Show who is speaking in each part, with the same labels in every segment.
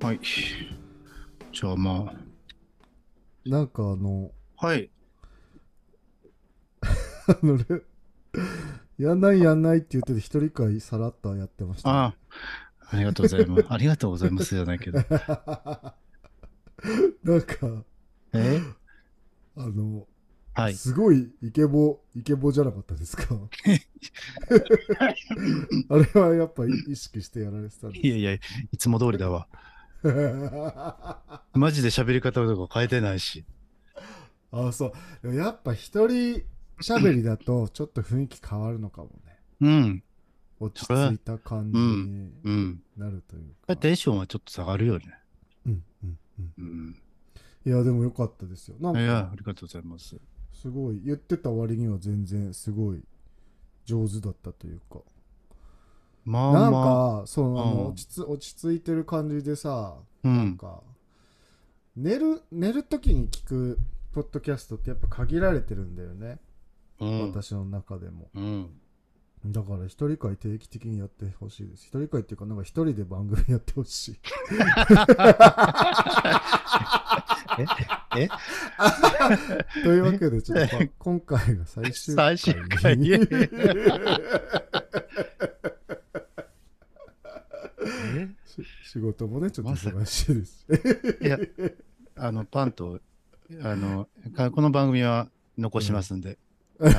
Speaker 1: はい。じゃあま
Speaker 2: なんかあの、
Speaker 1: あ、はい。
Speaker 2: あのねやんないやんないって言ってて、一人会さらっとやってました。
Speaker 1: ああ、ありがとうござい ます。ありがとうございますじゃないけど。
Speaker 2: なんか、
Speaker 1: え
Speaker 2: あの、
Speaker 1: はい。
Speaker 2: すごいイケボ、イケボじゃなかったで すか あれはやっぱ意識してやられてたん
Speaker 1: いや
Speaker 2: で
Speaker 1: いや、いつも通りだわ。
Speaker 2: す。 あ
Speaker 1: マジで喋り方とか変えてないし。
Speaker 2: そう。でもやっぱ一人喋りだと、ちょっと雰囲気変わるのかも
Speaker 1: う
Speaker 2: ね。
Speaker 1: ん、
Speaker 2: 落ち着いた感じに
Speaker 1: うん。
Speaker 2: なるというか。
Speaker 1: テンションはちょっと下がるよね。
Speaker 2: うんうんうん。
Speaker 1: うん。
Speaker 2: いや、でもよかったですよ。なん
Speaker 1: いや
Speaker 2: か、、
Speaker 1: ありがとうございます。
Speaker 2: すごい、言ってた割には全然すごい上手だったというか。
Speaker 1: まあ
Speaker 2: なん
Speaker 1: まあ、
Speaker 2: か、その、あ
Speaker 1: うん
Speaker 2: の落ちつ落ち着いてる感じでさ、
Speaker 1: う
Speaker 2: なん
Speaker 1: ん。
Speaker 2: か、寝る、寝る時に聞くポッドキャストってやっぱ限られてるんだよね。
Speaker 1: うん。
Speaker 2: 私の中でも。
Speaker 1: うん。
Speaker 2: だから一人会定期的にやってほしいです。一人会っていうか、なんか一人で番組やってほしい。
Speaker 1: ええ
Speaker 2: というわけで、ちょっとまあ今回が最終回。
Speaker 1: 最終回 え
Speaker 2: し仕事もね、ちょっと忙しいです。え
Speaker 1: いや、あの、パンと、あの、かこの番組は残しますんで、はい。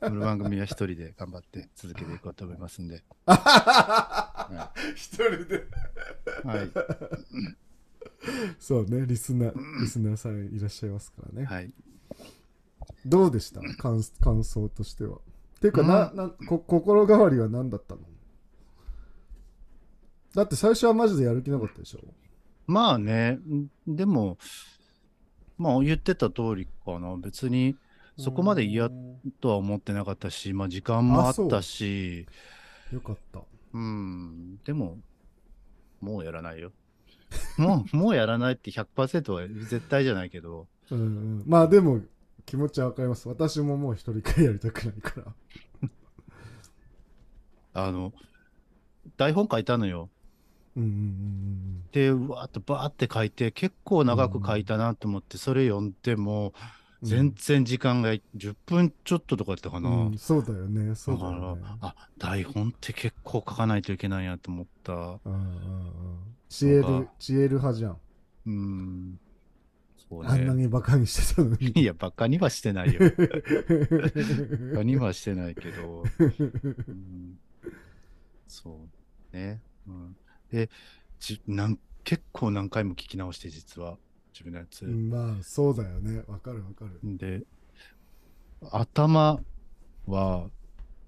Speaker 1: この番組は一人で頑張って続けていこうと思いますんで、
Speaker 2: 一人で。
Speaker 1: はい。
Speaker 2: そうね、リスナー、リスナーさんいらっしゃいますからね。
Speaker 1: はい。
Speaker 2: どうでした感感想としては。っていうか、な、
Speaker 1: う
Speaker 2: なこ心変わりは何だったのだって最初はマジでやる気なかったでしょ
Speaker 1: まあね、んでも、まあ言ってた通りかな。別にそこまで嫌とは思ってなかったし、まあ時間もあ
Speaker 2: あそう
Speaker 1: ったし、
Speaker 2: よかった。
Speaker 1: うん、でも、もうやらないよ。 もう、もうやらないって100%は絶対じゃないけど、
Speaker 2: うんうん、まあでも気持ちはわかります。私ももう一人会やりたくないから。
Speaker 1: あの、台本書いたのよ。
Speaker 2: うんうんうん
Speaker 1: で、うわーっとバーって書いて、結構長く書いたなと思って、それ読んでも、
Speaker 2: うん。
Speaker 1: 全然時間が10分ちょっととかだったか
Speaker 2: う
Speaker 1: な。
Speaker 2: ん、うん、そうだよね。そ
Speaker 1: だ
Speaker 2: う
Speaker 1: か
Speaker 2: だ
Speaker 1: ら、
Speaker 2: よね。
Speaker 1: あ台本って結構書かないといけないなと思った。
Speaker 2: うんうんうん。知恵
Speaker 1: なん
Speaker 2: る
Speaker 1: か、
Speaker 2: 知恵る派じゃん。
Speaker 1: うん。そう
Speaker 2: あんな
Speaker 1: ね。
Speaker 2: にバカにしてたのに。
Speaker 1: いや、バカにはしてないよ。バカにはしてないけど。うん、そうね。うん、でじなん、結構何回も聞き直して、実は、自分のやつ。
Speaker 2: うんまあそうだよね。わかるわかる。
Speaker 1: で、頭は、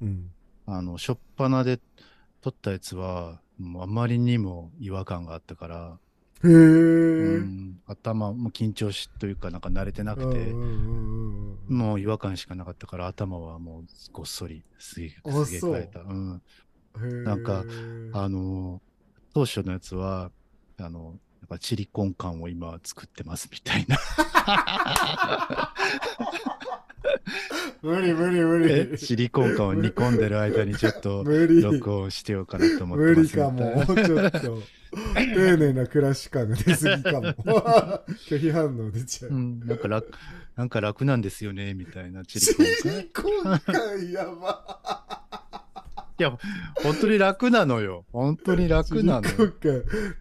Speaker 2: うん。
Speaker 1: あの、初っ端で撮ったやつは、もうあまりにも違和感があったから、
Speaker 2: へ
Speaker 1: う
Speaker 2: え。うん
Speaker 1: ん、頭も緊張しというかなんか慣れてな
Speaker 2: うんう
Speaker 1: く
Speaker 2: ん
Speaker 1: て、
Speaker 2: うんうん。
Speaker 1: もう違和感しかなかったから頭はもうごっそりすげえ
Speaker 2: あ
Speaker 1: すげえ変えた、うん、
Speaker 2: へえ
Speaker 1: なんか、あのー当初のやつはあのなんかチリコン缶を今作ってますみたいな
Speaker 2: 無理無理無
Speaker 1: え
Speaker 2: 理。
Speaker 1: シリコン缶を煮込んでる間にちょっと
Speaker 2: 無理。
Speaker 1: 録音してようかなと思って
Speaker 2: 無
Speaker 1: ま
Speaker 2: 理
Speaker 1: すみたい
Speaker 2: か
Speaker 1: な
Speaker 2: も。ちょっと。丁寧な暮らし感が出すぎかも。拒否反応出ちゃ
Speaker 1: う
Speaker 2: う。
Speaker 1: ん、なんか楽なんか楽なんですよねみたいなチ
Speaker 2: チ
Speaker 1: リコン缶
Speaker 2: リコン感やば。
Speaker 1: 本当に楽なのよ本当に楽なの
Speaker 2: チ
Speaker 1: よ
Speaker 2: リコン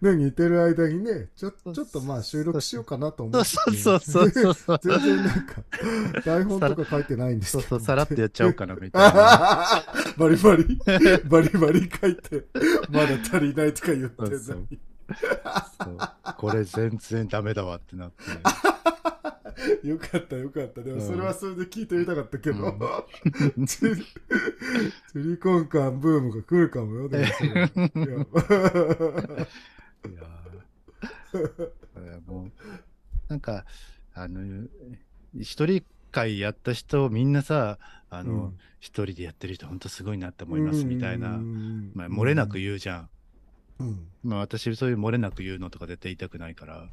Speaker 2: 感ね、似てる間にね、ちょ
Speaker 1: そう
Speaker 2: ちょっとまあ収録しようかなと思って。
Speaker 1: そうそうそうそうそう
Speaker 2: 全然なんか、台本とか書いてないんです
Speaker 1: そう
Speaker 2: けど。
Speaker 1: そう、さらっとやっちゃおうかな、みたいな。
Speaker 2: バリ バリ、バリバリ書いて、まだ足りないとか言ってない。
Speaker 1: そうそうそうこれ全然ダメだわってなって。
Speaker 2: よかったよかった。で
Speaker 1: う
Speaker 2: も
Speaker 1: ん
Speaker 2: それはそれで聞いてみたかったけど、
Speaker 1: う ん
Speaker 2: チリチリコンカンブームが来るかもよ。でも それ は
Speaker 1: い
Speaker 2: いや
Speaker 1: やーこれはもう、なんか、あの、一人会やった人、みんなさ、あ
Speaker 2: う
Speaker 1: の
Speaker 2: ん、
Speaker 1: 一、人でやってる人、ほんとすごいなって思います、みたいな。
Speaker 2: うん
Speaker 1: まあ、漏れなく言うじゃん。
Speaker 2: うん
Speaker 1: まあ、私、そういう漏れなく言うのとか絶対言いたくないから。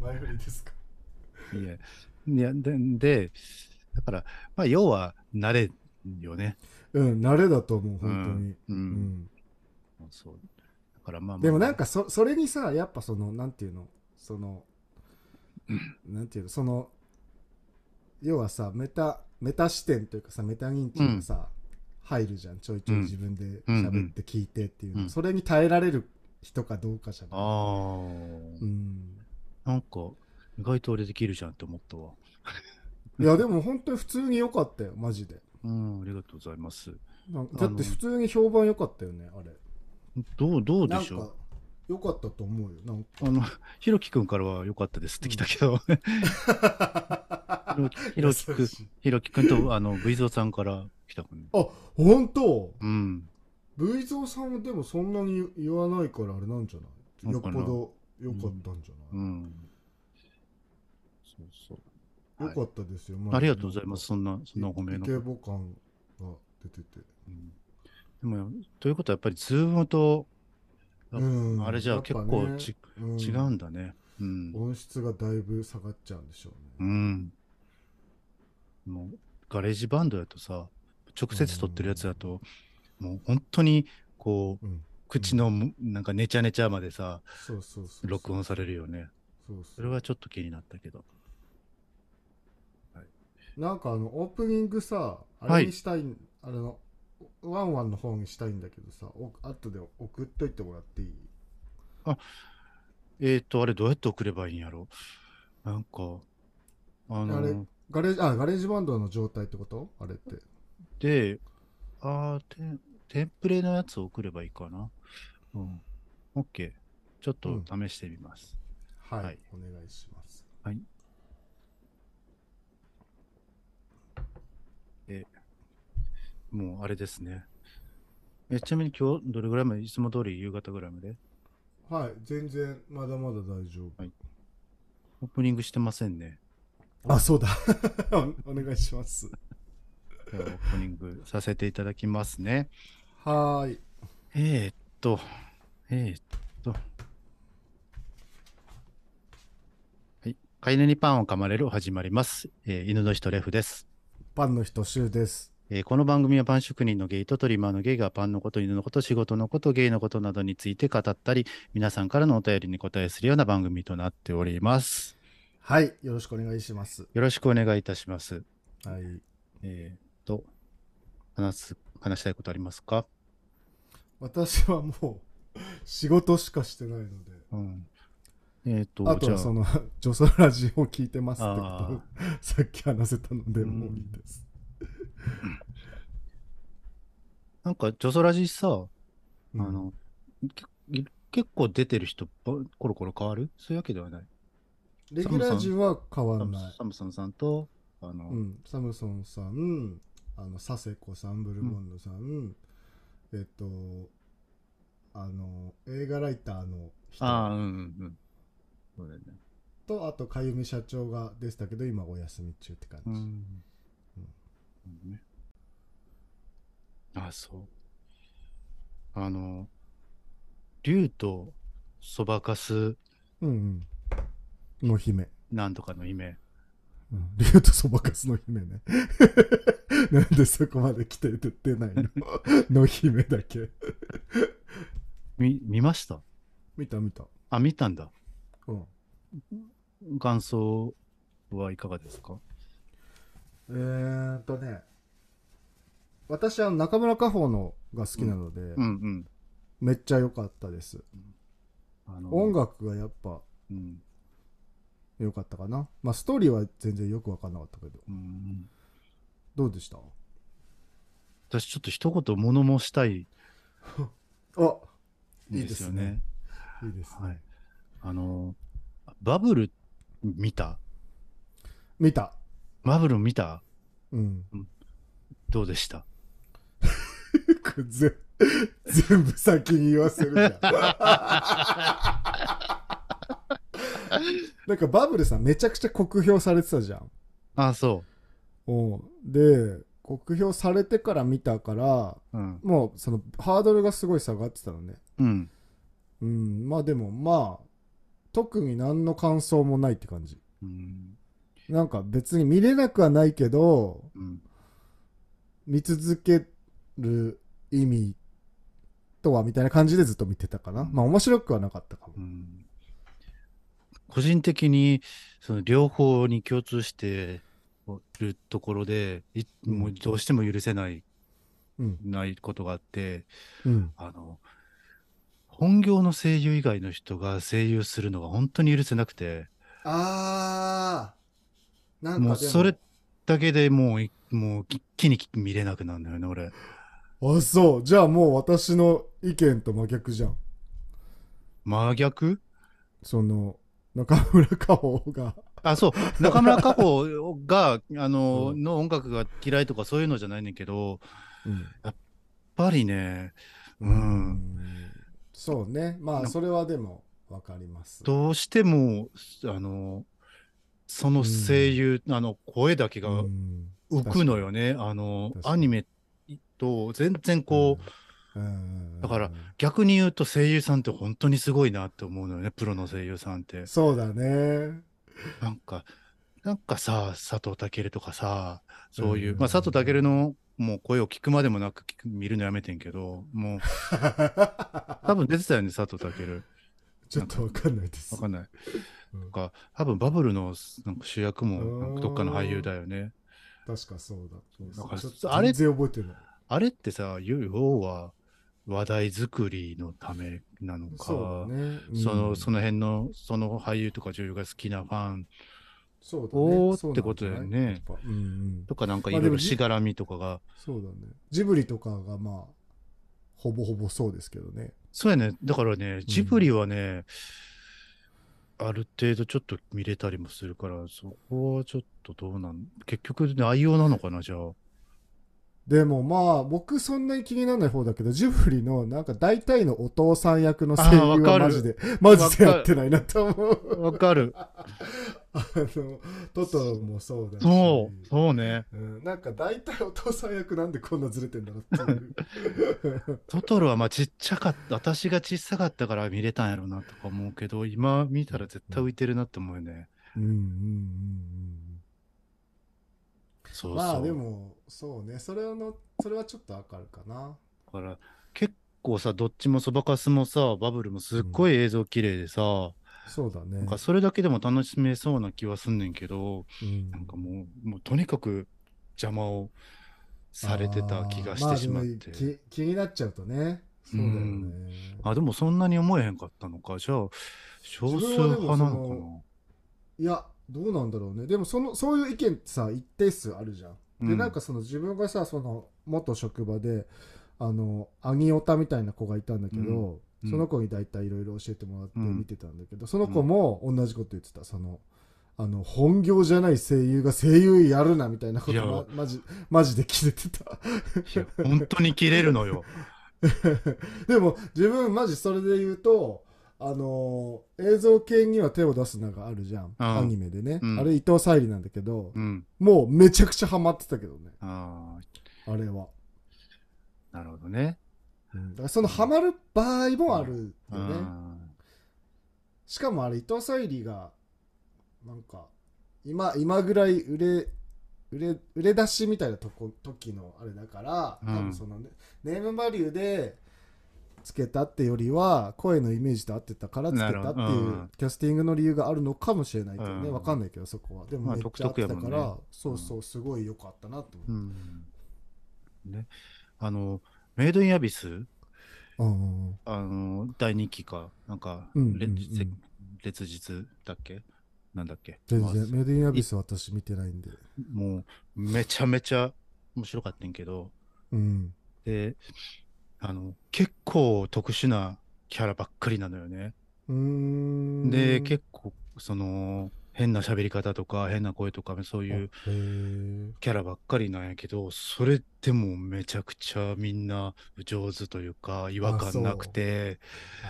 Speaker 2: 前振りですか。
Speaker 1: いや、いやで、でだから、まあ、要は、慣れよね。
Speaker 2: うん、慣れだと思う、本当に。
Speaker 1: う。
Speaker 2: うんん
Speaker 1: そう。だからまあまあ
Speaker 2: でもなんかそそれにさやっぱそのなんていうのそのなんていうのその要はさメタメタ視点というかさメタ認知がさ、入るじゃんちょいちょい
Speaker 1: うん
Speaker 2: 自分で
Speaker 1: うんう
Speaker 2: 喋
Speaker 1: ん
Speaker 2: って聞いてっていうの、
Speaker 1: うん
Speaker 2: それに耐えられる人かどうかじゃ
Speaker 1: あ
Speaker 2: ない
Speaker 1: ー
Speaker 2: うん
Speaker 1: なんか意外と俺できるじゃんって思ったわ
Speaker 2: いやでも本当に普通に良かったよマジで
Speaker 1: うんありがとうございます
Speaker 2: なん
Speaker 1: あ
Speaker 2: だ
Speaker 1: の
Speaker 2: って普通に評判良かったよねあれ
Speaker 1: どうどう
Speaker 2: な
Speaker 1: で
Speaker 2: ん
Speaker 1: しょう
Speaker 2: か良かったと思うよ なん
Speaker 1: あの、ひろきくんからは良かったですって来たけど、
Speaker 2: か
Speaker 1: ひろきくん
Speaker 2: 優しい、
Speaker 1: ひろきくんと、あの、ブイゾーさんから来たかね。
Speaker 2: あ本当
Speaker 1: うん。
Speaker 2: ブイゾーさんはでもそんなに言わないからあれなんじゃない
Speaker 1: そ
Speaker 2: よ
Speaker 1: うか
Speaker 2: っぽ
Speaker 1: な
Speaker 2: ど良かったんじゃ
Speaker 1: う
Speaker 2: ない、
Speaker 1: ん。そうそう。
Speaker 2: 良
Speaker 1: はい
Speaker 2: かったですよ、
Speaker 1: ありがとうございます。そんな、そんなお褒め
Speaker 2: イ
Speaker 1: の。
Speaker 2: ケボ感が出てて
Speaker 1: うんでも、ということはやっぱり、ズームと、あ
Speaker 2: うん
Speaker 1: あれじゃあ結構ち、違
Speaker 2: う
Speaker 1: うんんだね。うん。
Speaker 2: 音質がだいぶ下がっちゃうんでしょう
Speaker 1: う
Speaker 2: ね、
Speaker 1: ん。もう、ガレージバンドだとさ、直接撮ってるやつだと、もう本当に、こう、
Speaker 2: うん、
Speaker 1: 口のむ、なんかネチャネチャまでさ、
Speaker 2: そうそうそう
Speaker 1: 録音されるよね。
Speaker 2: そう
Speaker 1: そ
Speaker 2: そ
Speaker 1: れ
Speaker 2: う
Speaker 1: はちょっと気になったけど。
Speaker 2: なんかあのオープニングさあ
Speaker 1: は
Speaker 2: れ
Speaker 1: い
Speaker 2: にしたい、あれのワンワンの方にしたいんだけどさお後で送っといてもらっていい
Speaker 1: えっ、ー、と、あれどうやって送ればいいんやろなんか、あ
Speaker 2: あれ
Speaker 1: の、
Speaker 2: ガレージあガレージバンドの状態ってことあれって
Speaker 1: で、あーテン、テンプレのやつを送ればいいかな。うん。OK。ちょっと試してみます。
Speaker 2: はい、
Speaker 1: はい
Speaker 2: お願いします
Speaker 1: もうあれですね。えちなみに今日どれぐらいまで、いつも通り夕方ぐらいまで
Speaker 2: はい全然まだまだ大丈夫
Speaker 1: オープニングしてませんね。
Speaker 2: あそうだ おお願いします
Speaker 1: じゃあオープニングさせていただきますね。
Speaker 2: はーい
Speaker 1: えー、っと、えー、っと。はい。飼い犬にパンを噛まれる始まります。えー犬の人レフです、
Speaker 2: パンの人シュウです
Speaker 1: えーこの番組はパン職人のゲイとトリマーのゲイがパンのこと、犬のこと、仕事のこと、ゲイのことなどについて語ったり、皆さんからのお便りに答えするような番組となっております。
Speaker 2: はいよろしくお願いします
Speaker 1: よろしくお願いいたします。
Speaker 2: はい
Speaker 1: えー、っと、話す、話したいことありますか
Speaker 2: 私はもう仕事しかしてないので
Speaker 1: うん。えー、っと、
Speaker 2: あとはその 「女装ラジオを聞いてます」ってこと
Speaker 1: あ
Speaker 2: をさっき話せたので
Speaker 1: うん
Speaker 2: もういいです、
Speaker 1: なんか、ジョソラジさ、
Speaker 2: うん
Speaker 1: あの、け結構出てる人ば、コロコロ変わるそういうわけではない。
Speaker 2: レギュラー陣は変わ
Speaker 1: サ
Speaker 2: ん
Speaker 1: ム
Speaker 2: ない
Speaker 1: サムソンさんと、あの、
Speaker 2: うん、サムソンさん、あの佐世子さん、ブルボンドさん、えっと、あの、映画ライターの
Speaker 1: ああ、うん
Speaker 2: 人
Speaker 1: うんうん。そうだよね。
Speaker 2: と、あと、かゆみ社長がでしたけど、今お休み中って感じ。
Speaker 1: うん。ねあ、そう。あの、竜とそばかす
Speaker 2: うん、うん。の姫。
Speaker 1: なんとかの夢。
Speaker 2: うん、竜とそばかすの姫ね。 なんでそこまで来て出てない のの姫だけ。
Speaker 1: み、見ました
Speaker 2: 見た見た。
Speaker 1: あ、見たんだ。
Speaker 2: うん。
Speaker 1: 感想はいかがですか
Speaker 2: えーっとね、私は中村佳穂のが好きなので、
Speaker 1: うんうん。
Speaker 2: めっちゃ良かったです。
Speaker 1: あの
Speaker 2: 音楽がやっぱ
Speaker 1: うん。
Speaker 2: 良かったかなまあストーリーは全然よく分かんなかったけど
Speaker 1: うん
Speaker 2: どうでした
Speaker 1: 私ちょっと一言物申したい
Speaker 2: あ
Speaker 1: んですよね。
Speaker 2: いいですねいいですね、
Speaker 1: はい。あの、バブル見た
Speaker 2: 見た
Speaker 1: バブル見た
Speaker 2: うん
Speaker 1: どうでした
Speaker 2: これぜ全部先に言わせるじゃん なんかバブルさんめちゃくちゃ酷評されてたじゃん
Speaker 1: あ、そ
Speaker 2: おうで酷評されてから見たから
Speaker 1: う。うん。
Speaker 2: もうそのハードルがすごい下がってたのね
Speaker 1: うん。
Speaker 2: うんまあでもまあ特に何の感想もないって感じ
Speaker 1: うん。
Speaker 2: なんか別に見れなくはないけど
Speaker 1: うん。
Speaker 2: 見続ける意味とはみたいな感じでずっと見てたかな。
Speaker 1: うん
Speaker 2: まあ面白くはなかったかも
Speaker 1: う。ん個人的にその両方に共通してるところでい
Speaker 2: うん
Speaker 1: もうどうしても許せない
Speaker 2: うん。
Speaker 1: ないことがあって
Speaker 2: うん。
Speaker 1: あの本業の声優以外の人が声優するのが本当に許せなくて
Speaker 2: あー。なんかで
Speaker 1: もうそれだけでもういもう一気に見れなくなるんだよね俺
Speaker 2: あ、そう。じゃあもう私の意見と真逆じゃん。
Speaker 1: 真逆
Speaker 2: その、中村佳穂が。
Speaker 1: あそう中村佳穂があの,、
Speaker 2: うん
Speaker 1: の音楽が嫌いとかそういうのじゃないねんだけどやっぱりね
Speaker 2: う
Speaker 1: うん
Speaker 2: そうね。まあ、それはでも、わかります。
Speaker 1: どうしても、あの、その声優、あの、声だけが
Speaker 2: うん
Speaker 1: 浮くのよね。あの、
Speaker 2: 確かに
Speaker 1: アニメと全然こう、
Speaker 2: うん、うん
Speaker 1: だから、逆に言うと声優さんって本当にすごいなって思うのよね、プロの声優さんって。
Speaker 2: そうだね。
Speaker 1: なんか、なんかさ、佐藤健とかさ、そういう、
Speaker 2: うん
Speaker 1: まあ佐藤健のもう声を聞くまでもなく聞く見るのやめてんけど、もう多分出てたよね、佐藤健。
Speaker 2: ちょっとわかんないです。
Speaker 1: わかんない。
Speaker 2: うん
Speaker 1: とか、多分バブルのなんか主役もなんかどっかの俳優だよね。
Speaker 2: 確かそうだった。
Speaker 1: だから
Speaker 2: ちょっと
Speaker 1: あれ
Speaker 2: 全然覚えてない。
Speaker 1: あれってさ、要は話題作りのためなの
Speaker 2: そ
Speaker 1: か、
Speaker 2: うだね。うん
Speaker 1: そのその辺の、その俳優とか女優が好きなファン
Speaker 2: そうだね
Speaker 1: を、
Speaker 2: そう
Speaker 1: っ
Speaker 2: なん
Speaker 1: てことだよ
Speaker 2: じゃないや
Speaker 1: ね
Speaker 2: っ。ぱうんうん
Speaker 1: とかなんかい
Speaker 2: まあ
Speaker 1: ろ
Speaker 2: で
Speaker 1: い
Speaker 2: も
Speaker 1: ろ
Speaker 2: じ
Speaker 1: しがらみとかが。
Speaker 2: そうだね。ジブリとかがまあ、ほぼほぼそうですけどね。
Speaker 1: そうやね。だからね、ジブリはね、ある程度ちょっと見れたりもするから、そこはちょっとどうなん結局、ね、愛用なのかな、じゃあ。
Speaker 2: でもまあ、僕そんなに気にならない方だけど、ジブリのなんか大体のお父さん役の声優
Speaker 1: あーわ
Speaker 2: は
Speaker 1: かる
Speaker 2: マジで、マジでやってないなと思う。
Speaker 1: わかる。
Speaker 2: あの、トトロもそうだし。
Speaker 1: そう、そうね。
Speaker 2: うん、なんか大体お父さん役なんでこんなずれてんだろうっていう。
Speaker 1: トトロはまあちっちゃかった、私が小さかったから見れたんやろうなとか思うけど、今見たら絶対浮いてるなって思うよね。
Speaker 2: うんうんうんうん。
Speaker 1: そううんそう。
Speaker 2: まあでも、そうね。それの、それはちょっとわかるかな。
Speaker 1: だから結構さ、どっちもそばかすもさ、バブルもすっごい映像綺麗でさ、
Speaker 2: そうだね。
Speaker 1: なんかそれだけでも楽しめそうな気はすんねんけど、
Speaker 2: うん
Speaker 1: なんかもう、もうとにかく邪魔をされてた気がしてしまって
Speaker 2: あ。ーあでもき気になっちゃうとねそうだよね、
Speaker 1: うんあ、でもそんなに思えへんかったのか。じゃあ、少数
Speaker 2: 自分はでも
Speaker 1: 派なの
Speaker 2: そ
Speaker 1: か
Speaker 2: のいやどうなんだろうねでもそのそういう意見ってさ一定数あるじゃん、
Speaker 1: な。
Speaker 2: で
Speaker 1: う
Speaker 2: なんかその自分がさその元職場であのアニオタみたいな子がいたんだけど、
Speaker 1: うん
Speaker 2: その子に大体いろいろ教えてもらって
Speaker 1: うん
Speaker 2: 見てたんだけど、その子も同じこと言ってたそのあの本業じゃない声優が声優やるなみたいなこ
Speaker 1: いや
Speaker 2: とまマジマジで切れてた
Speaker 1: いや本当に切れるのよ。
Speaker 2: でも自分マジそれで言うとあのー映像系には手を出すのがあるじゃん、アニメでね、
Speaker 1: うん
Speaker 2: あれ伊藤沙莉なんだけど、
Speaker 1: うん。
Speaker 2: もうめちゃくちゃハマってたけどね
Speaker 1: あ
Speaker 2: あれは、
Speaker 1: あ、なるほどね。
Speaker 2: だからそのハマる場合もあるよね、
Speaker 1: うん
Speaker 2: しかもあれ伊藤沙莉がなんか今今ぐらい売れ売れ売れ出しみたいなとこ時のあれだから、
Speaker 1: うん
Speaker 2: 多分そのねネームバリューでつけたってよりは声のイメージと合ってたからつけた
Speaker 1: な
Speaker 2: っ
Speaker 1: るほど
Speaker 2: ていうキャスティングの理由があるのかもしれないけどね、
Speaker 1: うん
Speaker 2: わかんないけどそこはでも
Speaker 1: まあ
Speaker 2: めっちゃ合ってたから、
Speaker 1: 独特やもんね
Speaker 2: そうそうすごい良かったな
Speaker 1: う
Speaker 2: と思って、
Speaker 1: んね、あの、メイドインアビス、
Speaker 2: うんうん
Speaker 1: あの、第2期か、なんか、
Speaker 2: うんうん
Speaker 1: れ
Speaker 2: うん
Speaker 1: せ烈日だっけなんだっけ
Speaker 2: 全
Speaker 1: まあ
Speaker 2: 然メディンアビスは私見てないんで
Speaker 1: もう、めちゃめちゃ面白かったんけど、
Speaker 2: うん
Speaker 1: で、あの、結構特殊なキャラばっかりなのよね。
Speaker 2: うーん
Speaker 1: で、結構、その、変な喋り方とか、変な声とか、そういう
Speaker 2: あへー
Speaker 1: キャラばっかりなんやけど、それでもめちゃくちゃみんな上手というか、違和感なくて、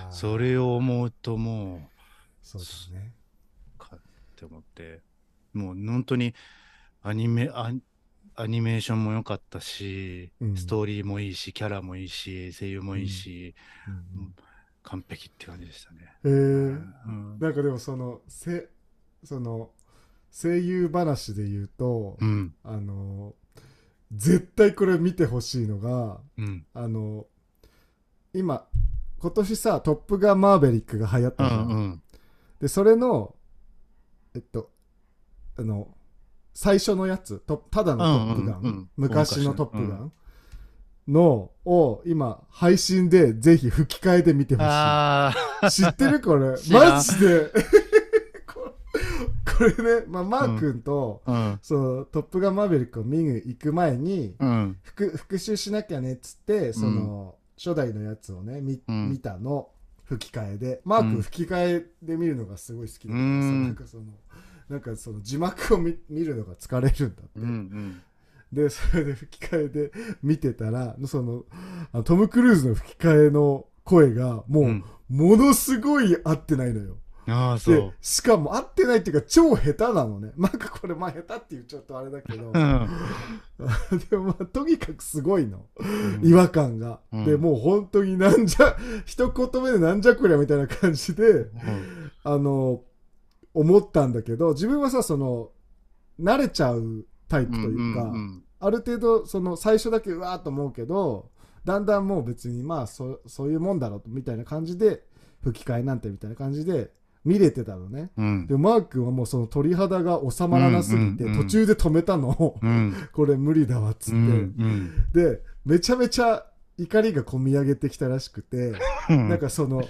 Speaker 2: あー
Speaker 1: それを思うとも
Speaker 2: そうだね
Speaker 1: う、かって思って、もう本当にアニメ、アアニメーションも良かったし、
Speaker 2: うん
Speaker 1: ストーリーもいいし、キャラもいいし、声優もいいし、
Speaker 2: うん
Speaker 1: 完璧って感じでしたね。
Speaker 2: へえ
Speaker 1: うん
Speaker 2: なんかでもそのせその声優話で言うと、
Speaker 1: うん、
Speaker 2: あの絶対これ見てほしいのが
Speaker 1: うん、
Speaker 2: あの今今年さ「トップガンマーベリック」が流行っ
Speaker 1: う
Speaker 2: たじゃ
Speaker 1: ん
Speaker 2: ん
Speaker 1: うん。
Speaker 2: でそれのえっとあの最初のやつとただの「トップガン」
Speaker 1: うんうんうん
Speaker 2: 昔の「トップガ
Speaker 1: 昔の
Speaker 2: ン」のを今配信でぜひ吹き替えで見てほしい
Speaker 1: ああ、
Speaker 2: 知ってるこ れ
Speaker 1: 知らん
Speaker 2: マジで これこれね、まあ、マー君と、
Speaker 1: うん。
Speaker 2: そのトップガンマーヴェリック」を見に行く前に、
Speaker 1: うん。
Speaker 2: 復復習しなきゃねっつってその、初代のやつをね見,、
Speaker 1: うん
Speaker 2: 見たの吹き替えでマー
Speaker 1: うん
Speaker 2: 君吹き替えで見るのがすごい好きだからさ、
Speaker 1: うん
Speaker 2: なんかそのなんかその字幕を見見るのが疲れるんだって、
Speaker 1: うんうん。
Speaker 2: でそれで吹き替えで見てたらそのあトム・クルーズの吹き替えの声がもう、
Speaker 1: うん
Speaker 2: ものすごい合ってないのよ
Speaker 1: ああ、そ
Speaker 2: で
Speaker 1: う。
Speaker 2: しかも合ってないっていうか超下手なのねなんかこれまあ下手って言っちゃうとあれだけど
Speaker 1: うん。
Speaker 2: でもまあとにかくすごいの違和感が、
Speaker 1: うん
Speaker 2: でもう本当になんじゃ 一言目でなんじゃこりゃみたいな感じで
Speaker 1: うん
Speaker 2: あの思ったんだけど自分はさその慣れちゃうタイプというか、
Speaker 1: んん
Speaker 2: ある程度その最初だけうわーっと思うけどだんだんもう別にまあそそういうもんだろうみたいな感じで吹き替えなんてみたいな感じで見れてたのね
Speaker 1: うん
Speaker 2: でもマー君はもうその鳥肌が収まらなすぎて
Speaker 1: うんうんうん
Speaker 2: 途中で止めたの を
Speaker 1: うん。
Speaker 2: これ無理だわっつって、
Speaker 1: うん
Speaker 2: でめちゃめちゃ怒りがこみ上げてきたらしくて、
Speaker 1: うん。
Speaker 2: なんかその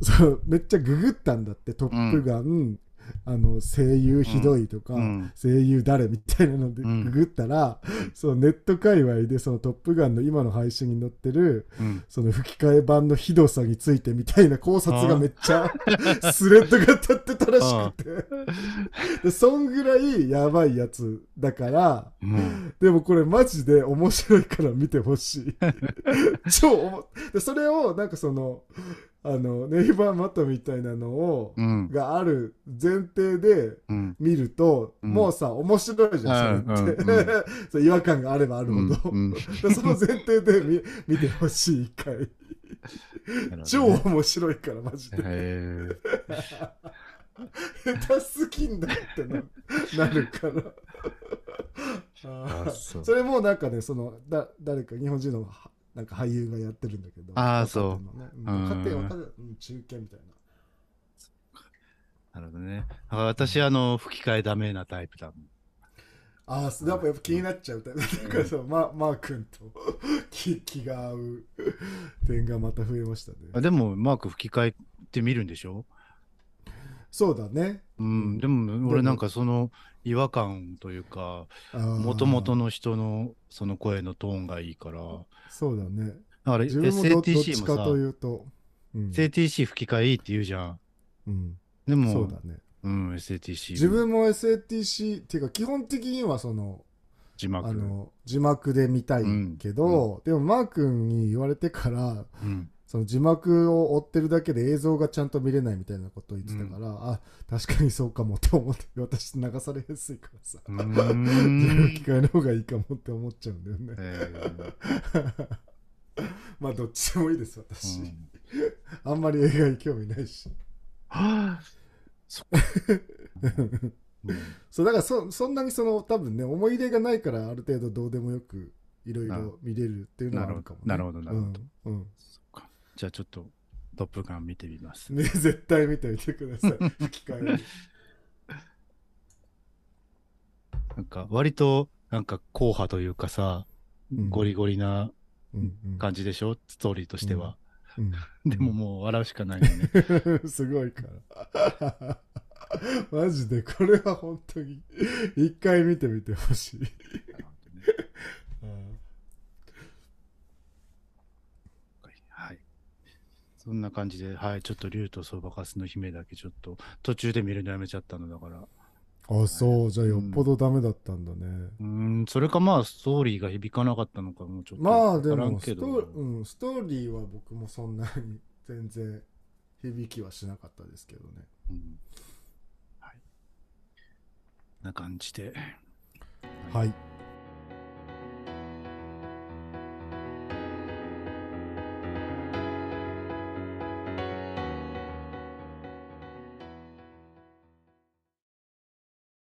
Speaker 2: そのめっちゃググったんだって「トップガン」あの声優ひどいとか、
Speaker 1: うん
Speaker 2: 声優誰みたいなので
Speaker 1: うん
Speaker 2: ググったら、そのネット界隈で「そのトップガン」の今の配信に載ってる
Speaker 1: うん
Speaker 2: その吹き替え版のひどさについてみたいな考察がめっちゃスレッドが立ってたらしくてでそんぐらいやばいやつだから。
Speaker 1: うん
Speaker 2: でもこれマジで面白いから見てほし い。超おもでそれをなんかそのあのネイバーマットみたいなのを、
Speaker 1: うん
Speaker 2: がある前提で
Speaker 1: うん
Speaker 2: 見ると、
Speaker 1: うん
Speaker 2: もうさ面白いじゃん、それって、
Speaker 1: うんうんう
Speaker 2: そう違和感があればあるほど、
Speaker 1: うんうん
Speaker 2: でその前提で見見てほしい一回超
Speaker 1: なるほどね
Speaker 2: 面白いからマ ジで
Speaker 1: へえ
Speaker 2: 下手すぎんだってななるからあ
Speaker 1: あ
Speaker 2: ー
Speaker 1: そう
Speaker 2: それもなんかねそのだ誰か日本人のはなんか俳優がやってるんだけど
Speaker 1: あー
Speaker 2: 若手のねうん
Speaker 1: うん
Speaker 2: 若手若手うん中堅みたい
Speaker 1: な
Speaker 2: な
Speaker 1: るほどね。だから私、あの、吹き替えダメなタイプだもん。
Speaker 2: ああそやっぱやっぱ気になっちゃうタイプだからそうママー君と 気気が合う点がまた増えました
Speaker 1: あ
Speaker 2: ね
Speaker 1: でも、マーク吹き替えって見るんでしょ
Speaker 2: そうだね
Speaker 1: うん。でも、俺なんかその違和感というか、も
Speaker 2: も
Speaker 1: ともとの人のその声のトーンがいいから、
Speaker 2: そうだね
Speaker 1: だから
Speaker 2: 自分もどどっち
Speaker 1: SATC
Speaker 2: かと
Speaker 1: もさ、
Speaker 2: いうとうん
Speaker 1: SATC 吹き替えいいって言うじゃん。
Speaker 2: うん
Speaker 1: でも、
Speaker 2: そうだね
Speaker 1: うん、SATC。
Speaker 2: 自分も SATC っていうか基本的にはその
Speaker 1: 字幕。
Speaker 2: あの字幕で見たいけど、でもマー君に言われてから
Speaker 1: うん、
Speaker 2: その字幕を追ってるだけで映像がちゃんと見れないみたいなことを言ってたから、あ確かにそうかもって思って私流されやすいからさ、
Speaker 1: うー
Speaker 2: 自分
Speaker 1: ん
Speaker 2: 機械の方がいいかもって思っちゃうんだよ ね
Speaker 1: えー
Speaker 2: まあどっちでもいいです私、
Speaker 1: うん
Speaker 2: あんまり映画に興味ないし
Speaker 1: はあそっうん
Speaker 2: そうだからそそんなにその多分ね思い入れがないからある程度どうでもよくいろいろ見れるっていうのはあるかも、ね、
Speaker 1: なるほどなるほどなる
Speaker 2: ど、うんうん
Speaker 1: じゃあちょっと、トップガン見てみます。
Speaker 2: ね、絶対見てみてくださ い。吹き替え。
Speaker 1: なんか、割と、なんか、硬派というかさ、
Speaker 2: うん
Speaker 1: ゴリゴリな
Speaker 2: うんうん
Speaker 1: 感じでしょ、ストーリーとしては。
Speaker 2: うん
Speaker 1: でももう笑うしかないよ ね。
Speaker 2: うんすごいから。マジで、これは本当に、一回見てみてほしい。
Speaker 1: はい。そんな感じで、はい、ちょっと竜とそばかすの姫だけちょっと途中で見るのやめちゃったのだから。
Speaker 2: あ、そう、じゃあよっぽどダメだったんだね。
Speaker 1: うーん、それかまあストーリーが響かなかったのかもうちょっと
Speaker 2: まあ
Speaker 1: わ
Speaker 2: で
Speaker 1: からん
Speaker 2: も
Speaker 1: け
Speaker 2: スト
Speaker 1: ど。
Speaker 2: ー、うん、ストーリーは僕もそんなに全然響きはしなかったですけどね。
Speaker 1: うんはい。こんな感じで。
Speaker 2: はい。